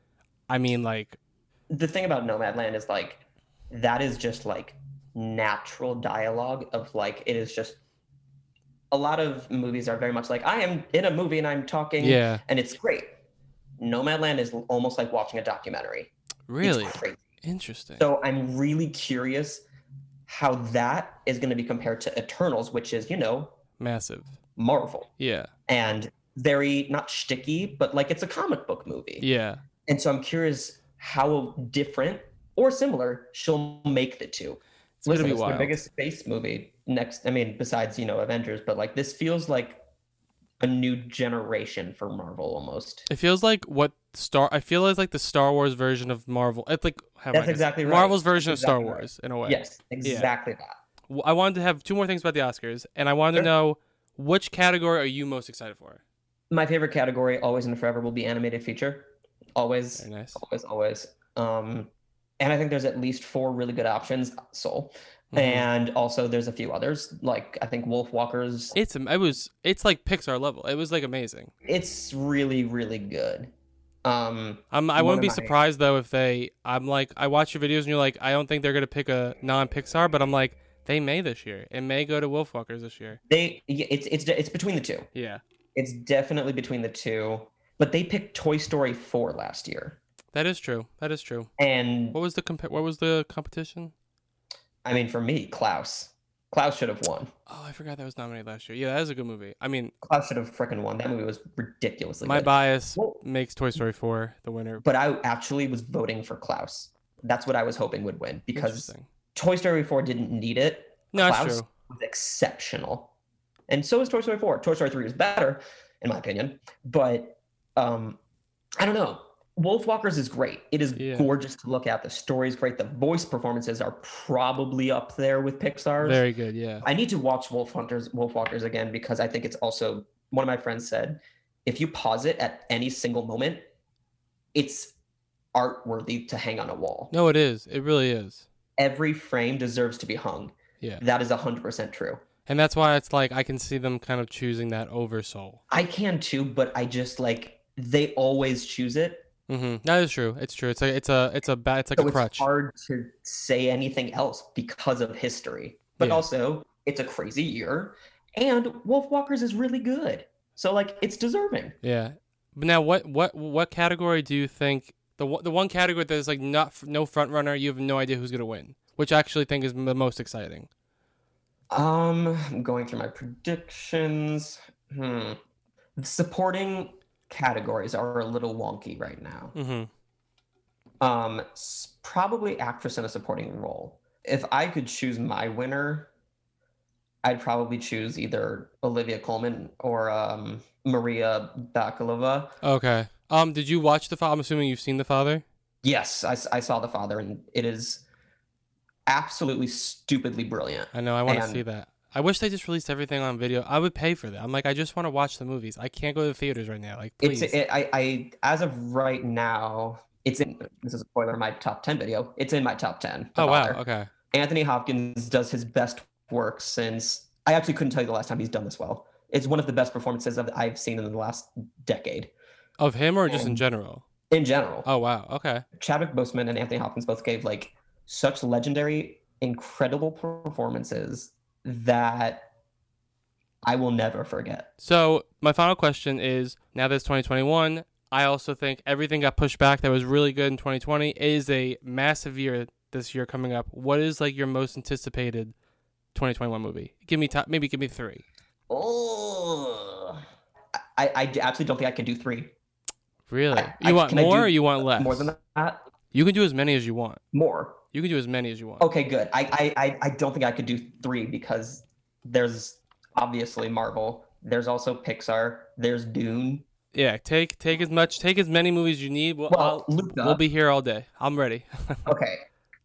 G: I mean like
I: The thing about Nomadland is like that is just like natural dialogue of like it is just a lot of movies are very much like I am in a movie and I'm talking
G: yeah,
I: and it's great. Nomadland is almost like watching a documentary. It's
G: really
I: crazy.
G: interesting.
I: So I'm really curious how that is going to be compared to Eternals, which is you know
G: Massive,
I: Marvel
G: yeah,
I: and very not sticky, but like it's a comic book movie.
G: yeah,
I: And so I'm curious how different or similar she'll make the two.
G: it's gonna be
I: it's the
G: wild.
I: biggest space movie next. I mean, besides you know Avengers, but like this feels like a new generation for Marvel almost.
G: It feels like what Star. I feel it's like the Star Wars version of Marvel. It's like how am I
I: That's
G: gonna-
I: exactly right.
G: Marvel's version
I: That's
G: of
I: exactly
G: Star
I: right.
G: Wars in a way.
I: Yes, exactly that.
G: w- I wanted to have two more things about the Oscars, and I wanted
I: Sure.
G: to know which category are you most excited for?
I: My favorite category, always and forever, will be animated feature. Always,
G: Very nice.
I: always, always. Um, and I think there's at least four really good options. Soul.
G: Mhm.
I: and also there's a few others like I think Wolf Walkers.
G: It's am- it was it's like Pixar level. It was like amazing.
I: It's really really good. Um,
G: I'm, I
I: One
G: wouldn't
I: of
G: be
I: my-
G: surprised though if they. I'm like I watch your videos and you're like I don't think they're gonna pick a non Pixar, but I'm like they may this year. It may go to Wolf Walkers this year.
I: they yeah, it's it's it's between the two.
G: Yeah,
I: It's definitely between the two. But they picked Toy Story four last year,
G: that is true. That is true.
I: and
G: What was the comp- What was the competition?
I: I mean for me Klaus, Klaus should have won.
G: Oh, I forgot that was nominated last year. Yeah, that is a good movie. I mean,
I: Klaus should have frickin' won. That movie was ridiculously
G: my
I: good.
G: bias
I: Well-
G: makes Toy Story 4 the winner.
I: but I actually was voting for Klaus. That's what I was hoping would win because
G: Interesting.
I: Toy Story 4 didn't need it.
G: No, that's
I: Klaus
G: true.
I: was exceptional. And so is Toy Story 4. Toy Story 3 is better, in my opinion. But um, I don't know. Wolf Walkers is great. It is
G: Yeah.
I: gorgeous to look at. The story is great. The voice performances are probably up there with Pixar's.
G: Very good. Yeah.
I: I need to watch Wolf Hunters, Wolf Walkers again because I think it's also one of my friends said, if you pause it at any single moment, it's art worthy to hang on a wall.
G: No, it is. It really is.
I: Every frame deserves to be hung.
G: Yeah.
I: That is hundred percent true.
G: And that's why it's like I can see them kind of choosing that over Soul.
I: I can too, but I just like they always choose it.
G: hmm That is true. It's true. It's a it's a it's a ba- it's like
I: so
G: a crutch.
I: it's hard to say anything else because of history. But
G: Yeah.
I: also, it's a crazy year, and Wolf Walkers is really good. So like, it's deserving.
G: Yeah. But now, what what what category do you think the one- the one category that is like not no front runner? You have no idea who's gonna win, which I actually think is the most exciting.
I: Um, I'm going through my predictions. Hmm. The supporting categories are a little wonky right now.
G: Mm-hmm.
I: Um, s- probably actress in a supporting role. If I could choose my winner, I'd probably choose either Olivia Colman or um, Maria Bakalova.
G: Okay. Um. Did you watch the? Fa- I'm assuming you've seen the father.
I: Yes, I, s- I saw The Father, and it is absolutely stupidly brilliant.
G: I know. I want to
I: And-
G: see that. I wish they just released everything on video. I would pay for that. I'm like, I just want to watch the movies. I can't go to the theaters right now. Like,
I: It's
G: please.
I: it, I, I as of right now, it's in this is a spoiler my top ten video. It's in my top ten. The
G: oh wow.
I: Father.
G: Okay.
I: Anthony Hopkins does his best work since I actually couldn't tell you the last time he's done this well. It's one of the best performances of, I've seen in the last decade
G: Of him or just in
I: And-
G: general?
I: in general.
G: Oh wow. Okay.
I: Chadwick Boseman and Anthony Hopkins both gave like such legendary, incredible performances that I will never forget.
G: So my final question is: Now that it's 2021, I also think everything got pushed back that was really good in 2020. It is a massive year this year coming up. What is like your most anticipated 2021 movie? Give me top. Maybe give me three.
I: Oh, I, I absolutely don't think I can do three
G: Really?
I: I-
G: You
I: I-
G: want
I: can I
G: more
I: do
G: or you want less?
I: more than that.
G: You can do as many as you want.
I: More.
G: You can do as many as you want.
I: Okay, good. I, I, I, I don't think I could do three because there's obviously Marvel. There's also Pixar. There's Dune.
G: Yeah, take take as much, take as many movies you need. We'll,
I: Well,
G: I'll-
I: Luca.
G: we'll be here all day. I'm ready. (laughs)
I: okay,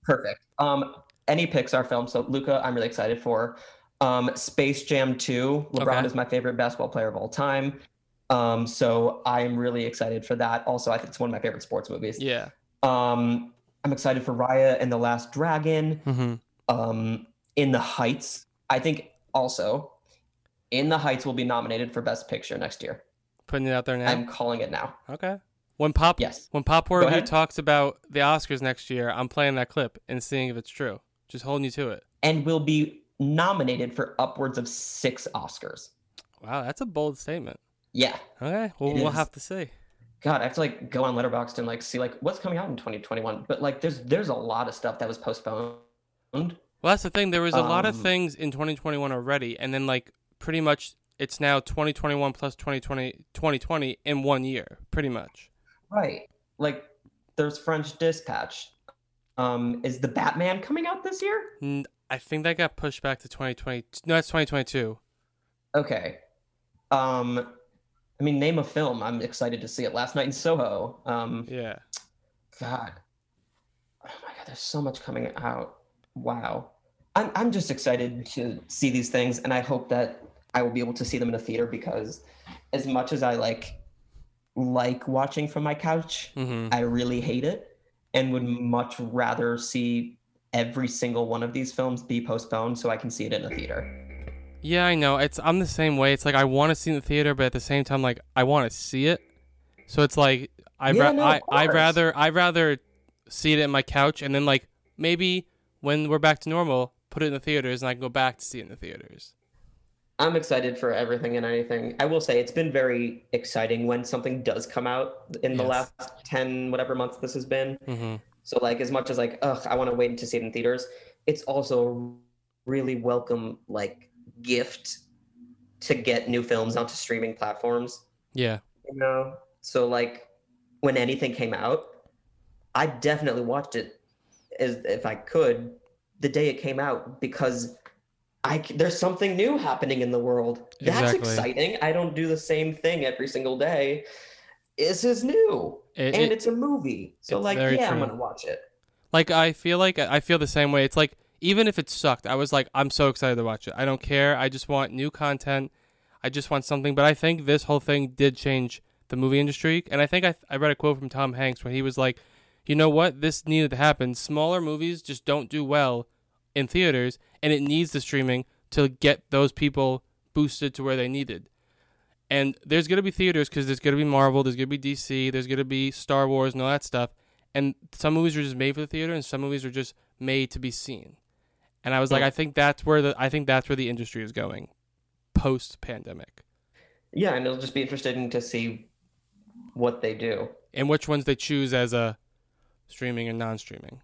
I: perfect. Um, any Pixar film. So Luca, I'm really excited for. Um, Space Jam 2. LeBron
G: Okay.
I: is my favorite basketball player of all time. Um, so I'm really excited for that. Also, I think it's one of my favorite sports movies.
G: Yeah.
I: Um, I'm excited for Raya and the Last Dragon.
G: hmm
I: um, In the Heights. I think also In the Heights will be nominated for Best Picture next year.
G: Putting it out there now.
I: I'm calling it now.
G: Okay. When Pop
I: Yes.
G: when Pop
I: Go
G: Warner
I: ahead.
G: talks about the Oscars next year, I'm playing that clip and seeing if it's true. Just holding you to it.
I: And will be nominated for upwards of six Oscars.
G: Wow, that's a bold statement.
I: Yeah.
G: Okay. Well,
I: It
G: we'll
I: is.
G: have to see.
I: God, I have to like go on Letterboxd and like see like what's coming out in 2021. But like there's there's a lot of stuff that was postponed.
G: Well, that's the thing. There was a lot of
I: Um,
G: things in 2021 already, and then like pretty much it's now 2021 plus 2020 2020 in one year, pretty much.
I: Right. Like there's French Dispatch. Um, is the Batman coming out this year?
G: N- I think that got pushed back to 2020. No, that's 2022.
I: Okay. Um, I mean, name a film. I'm excited to see it. Last night in Soho. Um,
G: Yeah.
I: God. Oh my God, there's so much coming out. Wow. I'm, I'm just excited to see these things, and I hope that I will be able to see them in a theater because as much as I like like watching from my couch,
G: Mm-hmm.
I: I really hate it and would much rather see every single one of these films be postponed so I can see it in a theater.
G: Yeah, I know. It's I'm the same way. It's like I want to see it in the theater, but at the same time, like I want to see it. So it's like I
I: Yeah,
G: ra-
I: no, of
G: I I
I: course.
G: rather I rather see it in my couch and then like maybe when we're back to normal, put it in the theaters and I can go back to see it in the theaters.
I: I'm excited for everything and anything. I will say it's been very exciting when something does come out in the
G: Yes.
I: last 10 whatever months this has been.
G: Mm-hmm.
I: So like as much as like ugh, I want to wait to see it in theaters, it's also a really welcome like gift to get new films onto streaming platforms.
G: Yeah.
I: You know, so like when anything came out, I definitely watched it as if I could the day it came out because I c- there's something new happening in the world. That's
G: Exactly.
I: exciting. I don't do the same thing every single day. This is new.
G: It-
I: and
G: it-
I: it's a movie. So
G: it's
I: like
G: very
I: yeah, I'm
G: true.
I: going to watch it.
G: Like I feel like I feel the same way. It's like even if it sucked, I was like I'm so excited to watch it. I don't care. I just want new content. I just want something. But I think this whole thing did change the movie industry. And I think I I read a quote from Tom Hanks when he was like, "You know what? This needed to happen. Smaller movies just don't do well in theaters, and it needs the streaming to get those people boosted to where they needed." And there's gonna be theaters because there's gonna be Marvel, there's gonna be DC, there's gonna be Star Wars and all that stuff and some movies are just made for the theater and some movies are just made to be seen and i was like i think that's where the i think that's where the industry is going post pandemic
I: Yeah, and it'll just be interesting to see what they do.
G: and which ones they choose as a streaming and non-streaming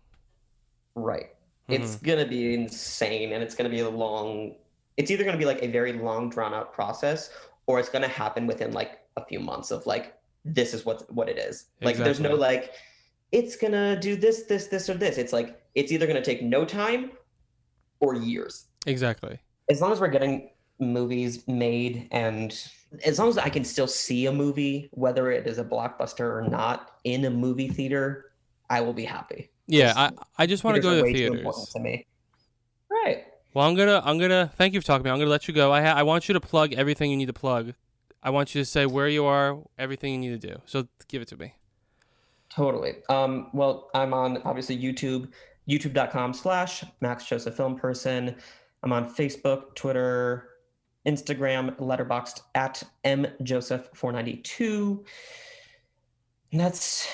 I: Right. It's gonna be insane and it's gonna be a long it's either gonna be like a very long drawn out process or it's gonna happen within like a few months of like this is what what it is. Like there's no
G: Exactly.
I: like it's gonna do this, this, this, or this. It's like it's either gonna take no time or years.
G: exactly
I: as long as we're getting movies made and as long as I can still see a movie, whether it is a blockbuster or not, in a movie theater, I will be happy.
G: yeah i,
I: Just-
G: I just want to go
I: Theaters
G: to
I: are
G: the
I: way too important
G: theaters
I: to me. Right.
G: well i'm gonna i'm gonna thank you for talking to me i'm gonna let you go i ha- i want you to plug everything you need to plug i want you to say where you are everything you need to do so give it to me
I: Totally. Um, well, I'm on obviously YouTube, youtube.com slash Max Joseph Film Person. I'm on Facebook, Twitter, Instagram, letterboxed at mjoseph492. And that's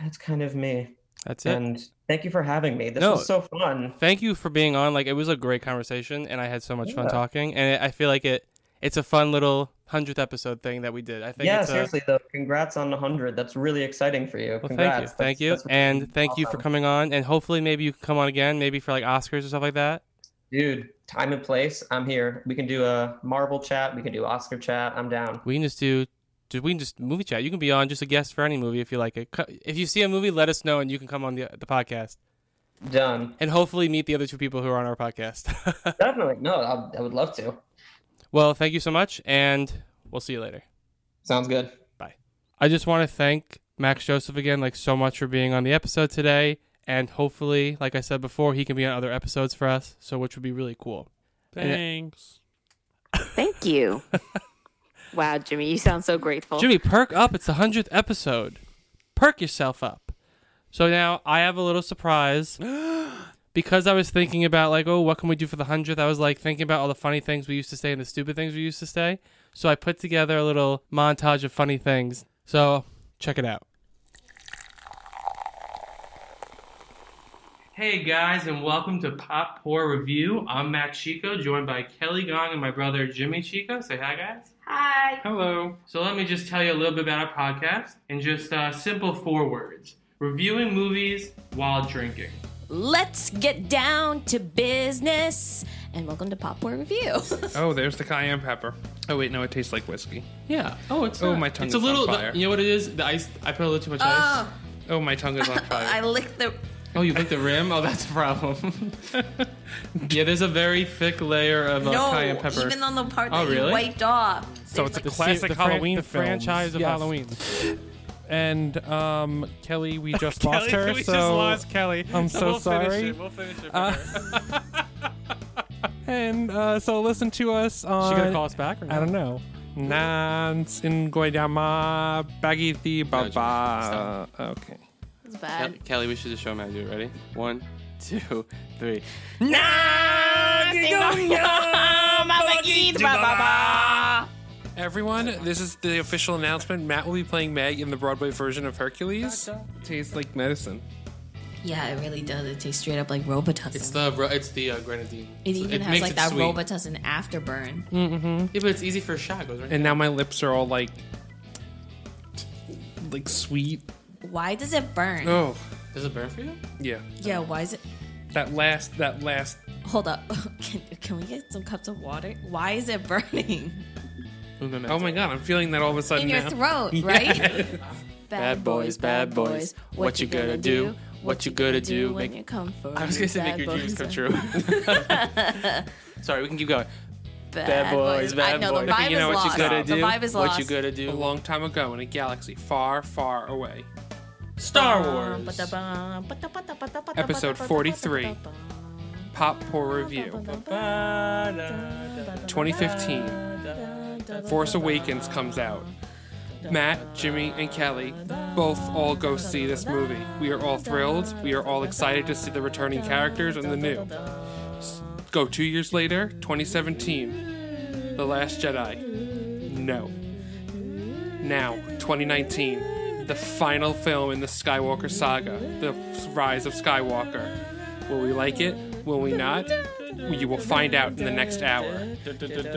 I: that's kind of me.
G: that's it
I: And thank you for having me. This
G: No.
I: was so fun.
G: thank you for being on. Like it was a great conversation, and I had so much fun
I: Yeah.
G: talking. And I feel like it it's a fun little hundredth episode thing that we did. I think
I: Yeah,
G: it's a,
I: seriously though, congrats on 100. That's really exciting for you.
G: Well,
I: Congrats.
G: thank you, thank
I: That's-
G: you,
I: that's really
G: and thank you for
I: awesome.
G: coming on. And hopefully, maybe you can come on again, maybe for like Oscars or stuff like that.
I: Dude, time and place. I'm here. We can do a Marvel chat. We can do Oscar chat. I'm down.
G: We can just do. do- We can just movie chat. You can be on just a guest for any movie if you like it. Co- If you see a movie, let us know, and you can come on the the podcast,
I: Done.
G: and hopefully meet the other two people who are on our podcast. (laughs)
I: Definitely. No, I, I would love to.
G: well, thank you so much, and we'll see you later.
I: Sounds good.
G: I just want to thank Max Joseph again, like so much for being on the episode today, and hopefully, like I said before, he can be on other episodes for us, so which would be really cool. (laughs) And it-
H: Thanks. (laughs)
C: Thank you. wow, Jimmy, you sound so grateful.
G: Jimmy, perk up! It's the hundredth episode. Perk yourself up. So now I have a little surprise because I was thinking about like, oh, what can we do for the hundredth? I was like thinking about all the funny things we used to say and the stupid things we used to say. So I put together a little montage of funny things. So check it out. Hey guys, and welcome to Pop Poor Review. I'm Matt Chico, joined by Kelly Gong and my brother Jimmy Chico. Say hi, guys.
H: Hello.
G: So let me just tell you a little bit about our podcast in just uh, simple four words: reviewing movies while drinking.
B: Let's get down to business. And welcome to Pop War Review.
H: Oh, there's the cayenne pepper. Oh wait, no, it tastes like whiskey.
G: Yeah. Oh, it's
H: Oh,
G: not-
H: my tongue
G: It's a
H: is on
G: little.
H: fire.
G: you know what it is? The ice. I put a little too much ice.
H: Oh, my tongue is on
B: I
C: (laughs)
H: fire. (laughs)
B: licked the.
G: Oh, you licked the rim. Oh, that's a problem. (laughs) yeah, there's a very thick layer of uh, cayenne
B: No,
G: pepper.
B: oh, even on the part that
G: Oh, really?
B: you wiped off.
H: so it's a
G: The se-
H: classic
G: the fran-
H: Halloween
G: the
H: film.
G: franchise of Halloween.
H: And um, (laughs) Kelly, we just lost her.
G: we
H: so
G: just lost Kelly.
H: I'm
G: So
H: so
G: we'll finish
H: sorry.
G: it. We'll finish it. For
H: Uh,
G: her.
H: and uh, so listen to us on.
G: she gonna call us back? Or
H: Uh, I don't know. Nance in Guayama, Bagiti
G: Jimmy,
H: Baba.
G: stop.
H: Okay.
C: It's bad.
G: Kelly, we should just show him how to do it. Ready? One, two, three. Nah,
D: Everyone, this is the official announcement. Matt will be playing Meg in the Broadway version of Hercules. Tastes like medicine.
B: Yeah, it really does. It tastes straight up like Robitussin.
D: It's the ro- it's the uh, grenadine.
B: it
D: So
B: even has
D: makes
B: like
D: it
B: that
D: sweet.
B: Robitussin afterburn.
D: Yeah, but it's easy for a shot. It Goes right.
H: And now my lips are all like, like sweet.
B: Why does it burn?
H: Oh,
D: Does it burn for you?
H: yeah.
B: Yeah, why is it?
H: That last, that last.
B: Hold up. (laughs) Can, can we get some cups of water? Why is it
G: (laughs)
B: burning?
H: Oh my god, I'm feeling that all of a sudden
B: In your
H: now.
B: throat, right?
D: Bad boys, bad boys, what you gonna do? What you gonna do?
B: when
D: Make-
B: you come for
G: I was gonna say
B: me,
G: make your
B: bad
G: dreams come
B: boys,
G: true. Sorry, we can keep going.
B: Bad boys,
D: bad
B: I know
D: boys.
B: the vibe
H: You know
B: is
H: what you
B: lost.
H: gotta
B: The vibe is lost.
D: What you gonna
H: a
D: do?
H: long time ago in a galaxy far, far away.
D: Star Wars.
H: Episode 43. Pop Poor Review. 2015. Force Awakens comes out. Matt, Jimmy, and Kelly both all go see this movie. We are all thrilled. We are all excited to see the returning characters and the new. S- Go two years later, 2017. The Last Jedi. No. Now, 2019. The final film in the Skywalker saga, The Rise of Skywalker. Will we like it? Will we not? You will find out in the next hour.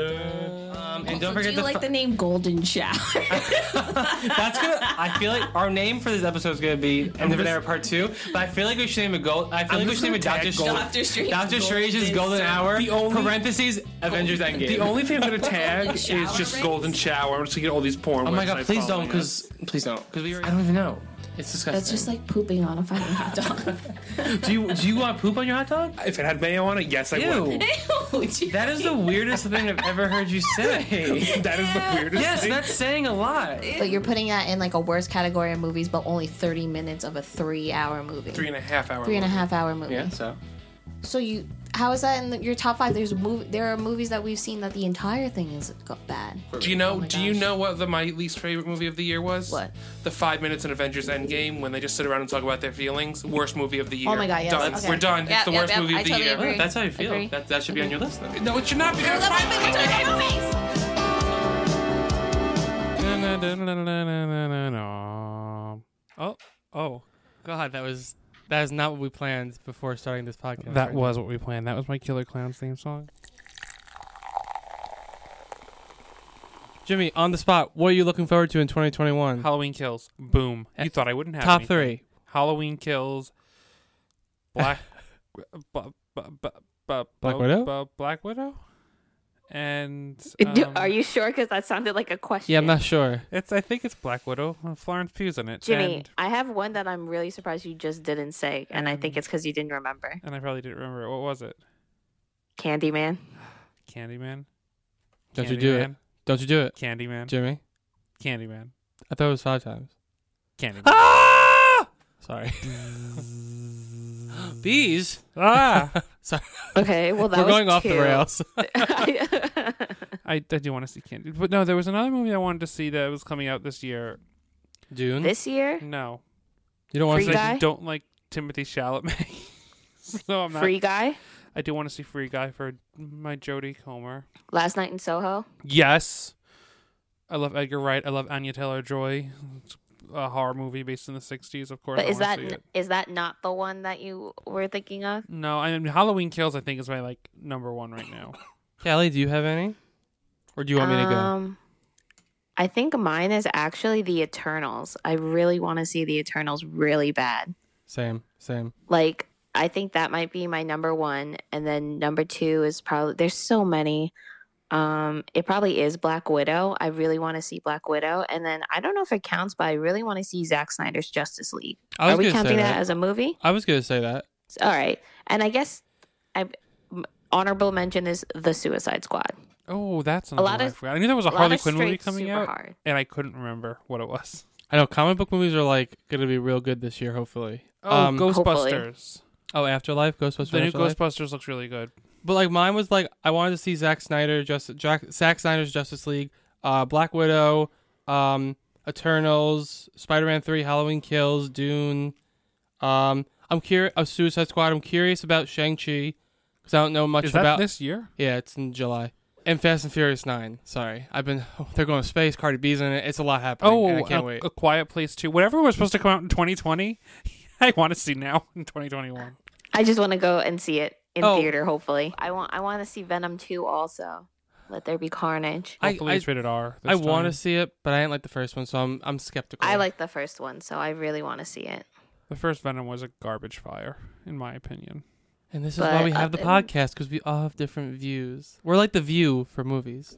G: Um, and (laughs) don't
B: Do
G: forget
B: you
G: the.
B: like
G: fir-
B: the name Golden Shower? (laughs)
G: That's (laughs) gonna. I feel like our name for this episode is gonna (laughs) be "End of an Era Part 2, But I feel like we should name a gold. I feel like we should name it Doctor
B: Doctor Strange.
G: Doctor Strange's Golden Hour.
H: The only-
G: parentheses Avengers Endgame.
H: The only thing I'm
C: (laughs)
H: gonna tag is
B: shower
H: just
B: rings?
H: golden shower. I'm just gonna get all these porn.
G: Oh my god!
H: websites
G: Please don't,
H: following us.
G: because please don't, because we. Already, I don't even know. It's disgusting.
C: That's just like pooping on a fucking hot dog.
B: (laughs)
G: do you do you want poop on your hot dog?
H: if it had mayo on it, yes, I
G: Ew.
H: would.
G: That is the weirdest thing I've ever heard you say.
H: (laughs) That is the weirdest
G: yes,
H: thing.
C: (laughs)
G: that's saying a lot.
C: but you're putting that in like a worst category of movies, but only 30 minutes of a three hour movie.
H: three and a half hour.
C: Three and a half hour movie.
G: Yeah. So
C: So you, how is that in the, your top five? There's mov There are movies that we've seen that the entire thing is go- bad.
H: Do you know? do you know what the my least favorite movie of the year was?
C: Oh What?
H: The five minutes in Avengers Endgame when they just sit around and talk about their feelings. Worst movie of the year.
C: Oh my God, yes,
H: Done.
C: okay.
H: We're done.
C: Yep,
H: it's the
C: yep,
H: worst
C: yep,
H: movie
C: I
H: of the
C: totally
H: year.
C: agree.
G: that's how I feel.
C: Agree.
G: That that should be on your list. Then.
H: No, it should not be. That's fine.
G: Oh, oh, God! That was that is not what we planned before starting this podcast.
H: That was what we planned. That was my Killer Clowns theme song.
G: Jimmy on the spot. What are you looking forward to in 2021?
H: Halloween Kills. Boom. You thought I wouldn't have
G: Top
H: anything.
G: three.
H: Halloween Kills, (laughs) Black bu- bu- bu- bu-
G: Black
H: bu-
G: Widow?
H: bu- Black Widow,
C: (laughs)
H: and um,
C: Are you sure? Because that sounded like a question.
G: Yeah, I'm not sure.
H: It's I think it's Black Widow. Uh, Florence Pugh's in it.
C: Jimmy,
H: and,
C: I have one that I'm really surprised you just didn't say, and I think
G: Um,
C: it's because you didn't remember.
H: and I probably didn't remember it. What was it?
G: (laughs)
C: Candyman.
H: Candyman.
G: Don't you do it?
H: Candyman?
G: Don't you do it,
H: Candyman.
G: Jimmy?
H: Candyman.
G: I thought it was five times.
H: Candyman. (laughs)
G: Sorry. (laughs) Bees.
H: (laughs) ah!
G: Sorry.
C: Okay, well that
G: We're
C: was
G: going off the
C: two.
G: rails. (laughs)
H: I, I do want to see Candy, but no, there was another movie I wanted to see that was coming out this year.
G: Dune.
C: (laughs) this year,
H: No,
G: you don't want
C: Free
G: to
H: I
G: say.
C: Guy?
H: don't like Timothy Chalamet. (laughs) so I'm not.
C: Free Guy,
H: I do want to see Free Guy for my Jodie Comer.
C: Last Night in Soho.
H: Yes. I love Edgar Wright. I love Anya Taylor Joy. It's a horror movie based in the 60s, of course.
C: But
H: I
C: is
H: wanna
C: that
H: see it.
C: is that not the one that you were thinking of?
H: No, I mean Halloween Kills I think is my like number 1 right now.
G: Callie, do you have any? Or do you want me to go?
C: Um, I think mine is actually The Eternals. I really want to see The Eternals really bad.
G: Same. Same.
C: Like I think that might be my number one, and then number two is probably there's so many. Um, it probably is Black Widow. I really want to see Black Widow, and then I don't know if it counts, but I really want to see Zack Snyder's Justice League.
G: I was
C: Are we
G: gonna say
C: counting that
G: that.
C: as a movie?
G: I was gonna say that.
C: It's All right. And I guess I m- honorable mention is The Suicide Squad.
H: (laughs) Oh, that's
C: lot
H: another one I
C: of-
H: forgot. I knew there was a,
C: lot
H: Harley
C: of
H: Quinn movie
C: straight
H: coming
C: super
H: out
C: hard.
H: and I couldn't remember what it was.
G: I know comic book movies are like gonna be real good this year, hopefully.
H: Oh,
G: Um,
H: Ghostbusters.
G: Oh, Afterlife, Ghostbusters.
H: The new
G: Afterlife?
H: Ghostbusters looks really good.
G: But like mine was like I wanted to see Zack Snyder, just Jack, Zack Snyder's Justice League, uh, Black Widow, um, Eternals, Spider-Man Three, Halloween Kills, Dune. Um, I'm curious. Uh, Suicide Squad. I'm curious about Shang Chi because I don't know much
H: Is that
G: about
H: this year?
G: Yeah, it's in July. And Fast and Furious Nine. Sorry, I've been. (laughs) They're going to space. Cardi B's in it. It's a lot happening.
H: Oh,
G: and I can't
H: a,
G: wait.
H: a Quiet Place too. Whatever was supposed to come out in 2020, (laughs) I want to see now in 2021.
C: I just want to go and see it in
G: Oh.
C: theater. Hopefully, I want I want to see Venom two also. Let there be carnage.
G: I-
H: Hopefully,
G: I-
H: it's rated R.
G: I want to
H: to.
G: see it, but I didn't like the first one, so I'm I'm skeptical.
C: I like the first one, so I really want to see it.
H: The first Venom was a garbage fire, in my opinion.
G: And this is
C: But
G: why we have the
C: other-
G: podcast because we all have different views. We're like the view for movies.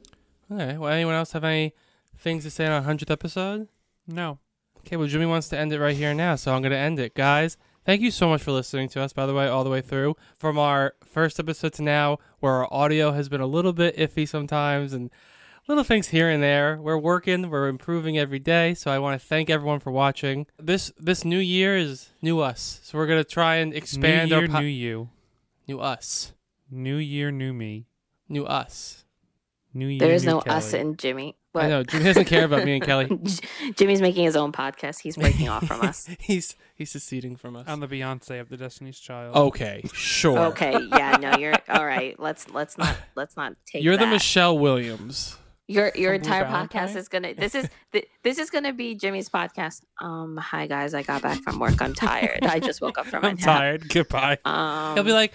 G: All right. Well, anyone else have any things to say on our hundredth episode?
H: No.
G: Okay, well, Jimmy wants to end it right here now, so I'm going to end it. Guys, thank you so much for listening to us, by the way, all the way through. From our first episode to now, where our audio has been a little bit iffy sometimes and little things here and there. We're working, we're improving every day, so I want to thank everyone for watching. This this new year is new us, so we're going to try and expand
H: new year,
G: our po-
H: new you,
G: new us.
H: new year, new me,
G: New us.
H: new year.
C: There is
H: new
C: no us
H: Kelly.
C: in Jimmy.
G: I know, Jimmy doesn't care about me and Kelly.
C: (laughs) J- Jimmy's making his own podcast. He's breaking off from us.
G: (laughs) he's he's seceding from us. Oh,
H: I'm the Beyonce of the Destiny's Child.
G: okay, sure.
C: Okay, yeah, no, you're all right. Let's
G: (laughs)
C: let's not let's not take.
G: You're the
C: that.
G: Michelle Williams.
C: Your your
H: From Blue
C: entire
H: Valentine?
C: podcast is gonna. This
G: (laughs)
C: is th- this is gonna be Jimmy's podcast. Um, hi guys, I got back from work. I'm tired. I just woke
G: (laughs)
C: up from my
G: I'm
C: nap.
G: tired. Goodbye.
C: Um,
G: He'll be like,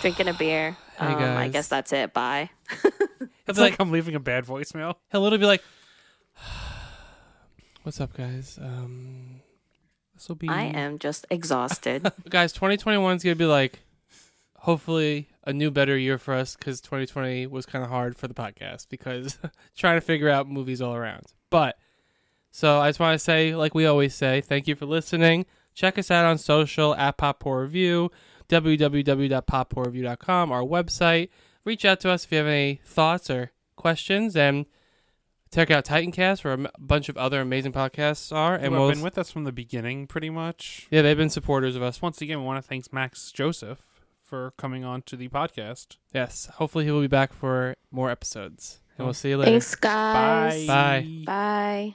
C: drinking a beer.
G: Hey,
C: um, I
G: guys.
C: guess that's it. Bye.
H: It's
G: It's
H: like,
G: like-
H: I'm leaving a bad voicemail.
G: he'll literally be like, (sighs) "What's up, guys? Um, this will be
C: I am just
G: (laughs)
C: exhausted.
G: guys. 2021 is gonna be like, hopefully, a new, better year for us because 2020 was kind of hard for the podcast because (laughs) trying to figure out movies all around. But so I just want to say, like we always say, thank you for listening. Check us out on social at Pop Poor Review, www.poppoorreview.com, our website. Reach out to us if you have any thoughts or questions, and check out Titancast, where a m- bunch of other amazing podcasts are.
H: And
G: And
H: who
G: we'll,
H: have been with us from the beginning, pretty much.
G: yeah, they've been supporters of us.
H: Once again, we want to thank Max Joseph for coming on to the podcast.
G: Yes, hopefully he will be back for more episodes, and we'll see you later.
C: Thanks, guys.
G: Bye.
C: Bye.